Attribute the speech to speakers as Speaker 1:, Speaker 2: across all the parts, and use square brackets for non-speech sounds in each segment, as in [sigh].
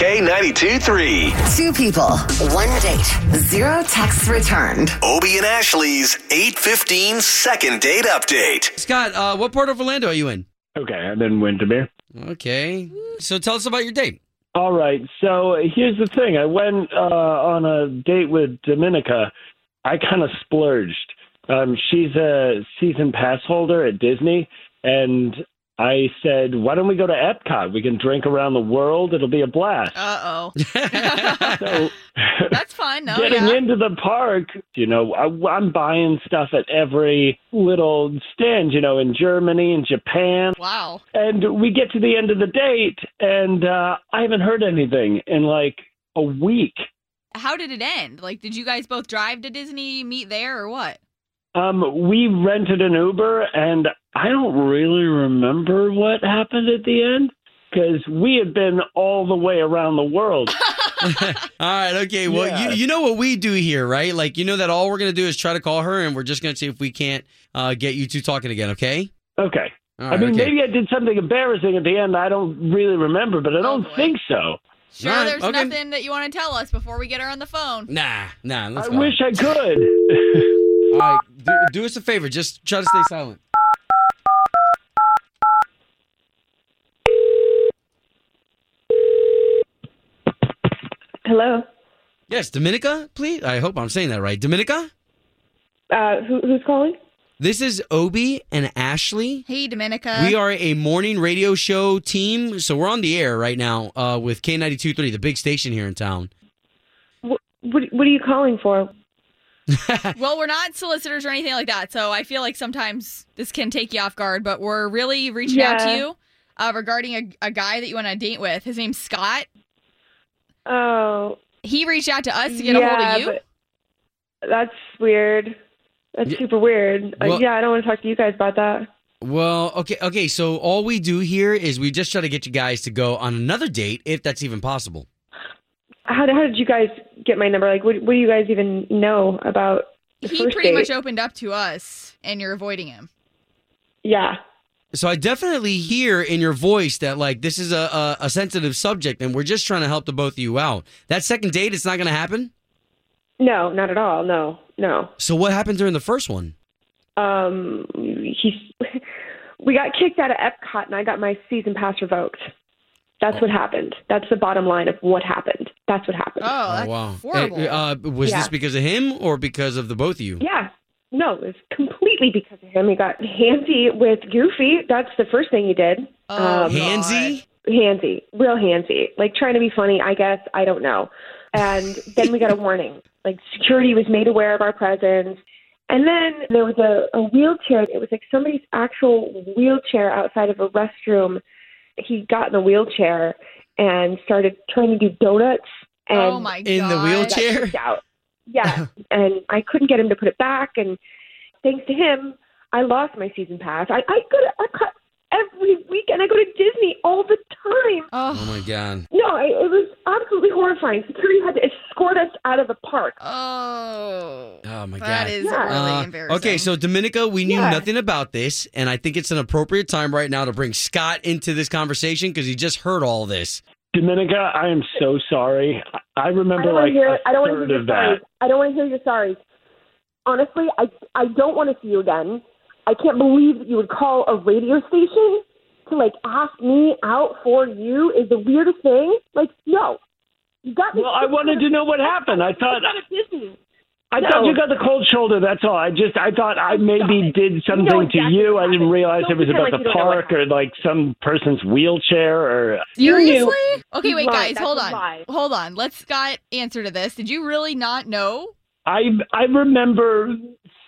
Speaker 1: K92 3.
Speaker 2: Two people, one date, zero texts returned.
Speaker 1: Obie and Ashley's 815 second date update.
Speaker 3: Scott, uh, what part of Orlando are you in?
Speaker 4: Okay, I'm in Windermere.
Speaker 3: Okay. So tell us about your date. [laughs]
Speaker 4: All right, so here's the thing. I went uh, on a date with Dominica. I kind of splurged. Um, she's a season pass holder at Disney, and I said, "Why don't we go to Epcot? We can drink around the world. It'll be a blast."
Speaker 3: [laughs]
Speaker 5: Uh oh.
Speaker 4: So
Speaker 5: That's fine. No,
Speaker 4: getting
Speaker 5: yeah.
Speaker 4: into the park, you know, I, I'm buying stuff at every little stand, you know, in Germany and Japan.
Speaker 5: Wow.
Speaker 4: And we get to the end of the date, and uh, I haven't heard anything in like a week.
Speaker 5: How did it end? Like, did you guys both drive to Disney, meet there, or what?
Speaker 4: Um, we rented an Uber, and I don't really remember what happened at the end because we had been all the way around
Speaker 3: [laughs]
Speaker 4: the world.
Speaker 3: All right, okay. Well,
Speaker 4: Yeah.
Speaker 3: you, you know what we do here, right? Like, you know that all we're going to do is try to call her and we're just going to see if we can't uh, get you two talking again, okay?
Speaker 4: Okay.
Speaker 3: All
Speaker 4: I
Speaker 3: right,
Speaker 4: mean,
Speaker 3: okay.
Speaker 4: maybe I did something embarrassing at the end. I don't really remember,
Speaker 3: Oh,
Speaker 4: but I don't
Speaker 5: boy.
Speaker 4: think so.
Speaker 5: Sure,
Speaker 3: All right,
Speaker 5: there's
Speaker 3: okay.
Speaker 5: nothing that you want to tell us before we get her on the phone.
Speaker 3: Nah, nah. Let's
Speaker 4: I
Speaker 3: go.
Speaker 4: wish I could. [laughs]
Speaker 3: All right, do, do us a favor. Just try to stay silent.
Speaker 6: Hello.
Speaker 3: Yes, Dominica, please. I hope I'm saying that right. Dominica,
Speaker 6: Uh, who, who's calling?
Speaker 3: this is Obi and Ashley.
Speaker 5: Hey, Dominica.
Speaker 3: We are a morning radio show team, so we're on the air right now uh, with K92.3, the big station here in town.
Speaker 6: What, what, what are you calling for?
Speaker 5: Well, we're not solicitors or anything like that, so I feel like sometimes this can take you off guard. But we're really reaching out to
Speaker 6: Yeah.
Speaker 5: you uh, regarding a, a guy that you want to date with. His name's Scott.
Speaker 6: Oh,
Speaker 5: He reached out to us to get a hold
Speaker 6: yeah,
Speaker 5: of you.
Speaker 6: but That's weird. That's
Speaker 3: Ye-
Speaker 6: super weird. Uh,
Speaker 3: Well-
Speaker 6: yeah, I don't want to talk to you guys about that.
Speaker 3: Well, okay, okay. So all we do here is we just try to get you guys to go on another date, if that's even possible.
Speaker 6: How, did- how did you guys get my number? Like, what, what do you guys even know about the
Speaker 5: He
Speaker 6: first
Speaker 5: pretty
Speaker 6: date?
Speaker 5: much opened up to us, and you're avoiding him.
Speaker 6: yeah.
Speaker 3: So I definitely hear in your voice that like this is a a, a sensitive subject, and we're just trying to help the both of you out. That second date, it's not going to happen.
Speaker 6: No, not at all. No, no.
Speaker 3: So what happened during the first one?
Speaker 6: Um, he's. We got kicked out of Epcot, and I got my season pass revoked. That's what happened. That's the bottom line of what happened. That's what happened.
Speaker 5: Oh, that's horrible.
Speaker 3: And, uh, was this
Speaker 6: Yeah.
Speaker 3: because of him or because of the both of
Speaker 6: [sighs]
Speaker 3: you?
Speaker 6: Yeah. No, it was completely because of him. He got handsy with Goofy. That's the first thing he did.
Speaker 5: Oh, God.
Speaker 6: um,
Speaker 3: Handsy?
Speaker 6: handsy, real handsy. Like trying to be funny, I guess. I don't know.
Speaker 5: [laughs]
Speaker 6: And then we got a warning. Like security was made aware of our presence. And then there was a, a wheelchair. It was like somebody's actual wheelchair outside of a restroom. He got in the wheelchair and started trying to do donuts. And
Speaker 5: oh my god.
Speaker 3: In the wheelchair?
Speaker 6: got kicked out. Yeah. and I couldn't get him to put it back. And thanks to him, I lost my season pass. I, I go to I cut every weekend. I go to Disney all the time.
Speaker 3: Oh
Speaker 5: Oh,
Speaker 3: my god.
Speaker 6: No, I, it was absolutely horrifying. Security had to escort us out of the park.
Speaker 5: oh,
Speaker 3: Oh my god.
Speaker 5: that is
Speaker 6: Yeah.
Speaker 5: really
Speaker 3: Uh,
Speaker 5: embarrassing.
Speaker 3: Okay, so Dominica, we knew
Speaker 6: Yeah.
Speaker 3: nothing about this, and I think it's an appropriate time right now to bring Scott into this conversation because he just heard all this.
Speaker 4: Dominica, I am so sorry. I- I
Speaker 6: I
Speaker 4: remember
Speaker 6: don't
Speaker 4: like
Speaker 6: want to hear.
Speaker 4: a
Speaker 6: it. I don't want to
Speaker 4: third
Speaker 6: hear your
Speaker 4: of that.
Speaker 6: sorries. I don't want to hear your sorries. Honestly, I I don't want to see you again. I can't believe that you would call a radio station to like ask me out for you is the weirdest thing. Like, no, you got me.
Speaker 4: Well, I wanted to know what happened. I
Speaker 6: [laughs]
Speaker 4: thought
Speaker 6: Out of Disney.
Speaker 4: I
Speaker 6: No.
Speaker 4: thought you got the cold shoulder. That's all. I just I thought I maybe did something to
Speaker 6: exactly
Speaker 4: you.
Speaker 6: what
Speaker 4: I didn't
Speaker 6: happened.
Speaker 4: realize
Speaker 6: Don't
Speaker 4: it was
Speaker 6: pretend
Speaker 4: about
Speaker 6: like you
Speaker 4: the
Speaker 6: don't know what
Speaker 4: park or like some person's wheelchair or
Speaker 6: You knew.
Speaker 5: seriously? Okay,
Speaker 6: You
Speaker 5: wait,
Speaker 6: lied.
Speaker 5: guys,
Speaker 6: That's
Speaker 5: hold
Speaker 6: a
Speaker 5: on,
Speaker 6: lie.
Speaker 5: hold on. Let's Scott answer to this. Did you really not know?
Speaker 4: I I remember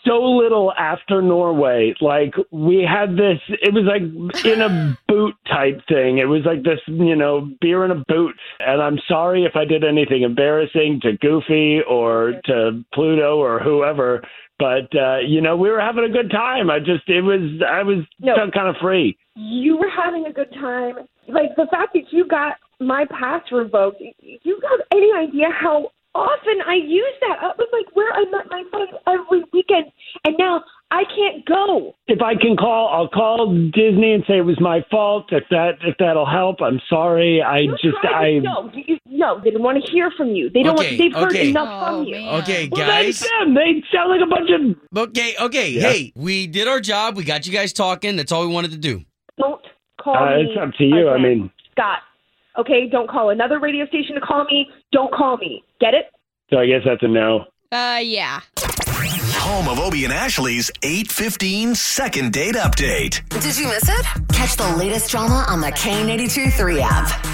Speaker 4: so little after Norway. Like we had this it was like in a
Speaker 6: [laughs]
Speaker 4: boot type thing. It was like this, you know, beer in a boot. And I'm sorry if I did anything embarrassing to Goofy or to Pluto or whoever, but uh, you know, we were having a good time. I just it was I was
Speaker 6: No.
Speaker 4: felt kind of free.
Speaker 6: You were having a good time. Like the fact that you got my pass revoked. You have any idea how often I use that? That was like where I met my friends every weekend, and now I can't go.
Speaker 4: If I can call, I'll call Disney and say it was my fault. If that if that'll help, I'm sorry. I
Speaker 6: You're
Speaker 4: just
Speaker 6: trying
Speaker 4: I
Speaker 6: to, no, you, no, they don't want to hear from you. They don't
Speaker 3: Okay,
Speaker 6: want. They've heard
Speaker 3: okay.
Speaker 6: enough
Speaker 5: Oh,
Speaker 6: from you.
Speaker 5: man.
Speaker 3: Okay,
Speaker 4: Well,
Speaker 3: guys.
Speaker 4: that's them. They sound like a bunch of
Speaker 3: Okay, okay.
Speaker 4: Yeah.
Speaker 3: Hey, we did our job. We got you guys talking. That's all we wanted to do.
Speaker 6: Don't call
Speaker 4: Uh,
Speaker 6: me.
Speaker 4: it's up to you. I
Speaker 6: again,
Speaker 4: mean-
Speaker 6: Scott. Okay, don't call another radio station to call me. Don't call me. Get it?
Speaker 4: So I guess that's a no.
Speaker 5: Uh, yeah.
Speaker 1: Home of Obie and Ashley's 815 second date update.
Speaker 2: Did you miss it? Catch the latest drama on the K82 3 app.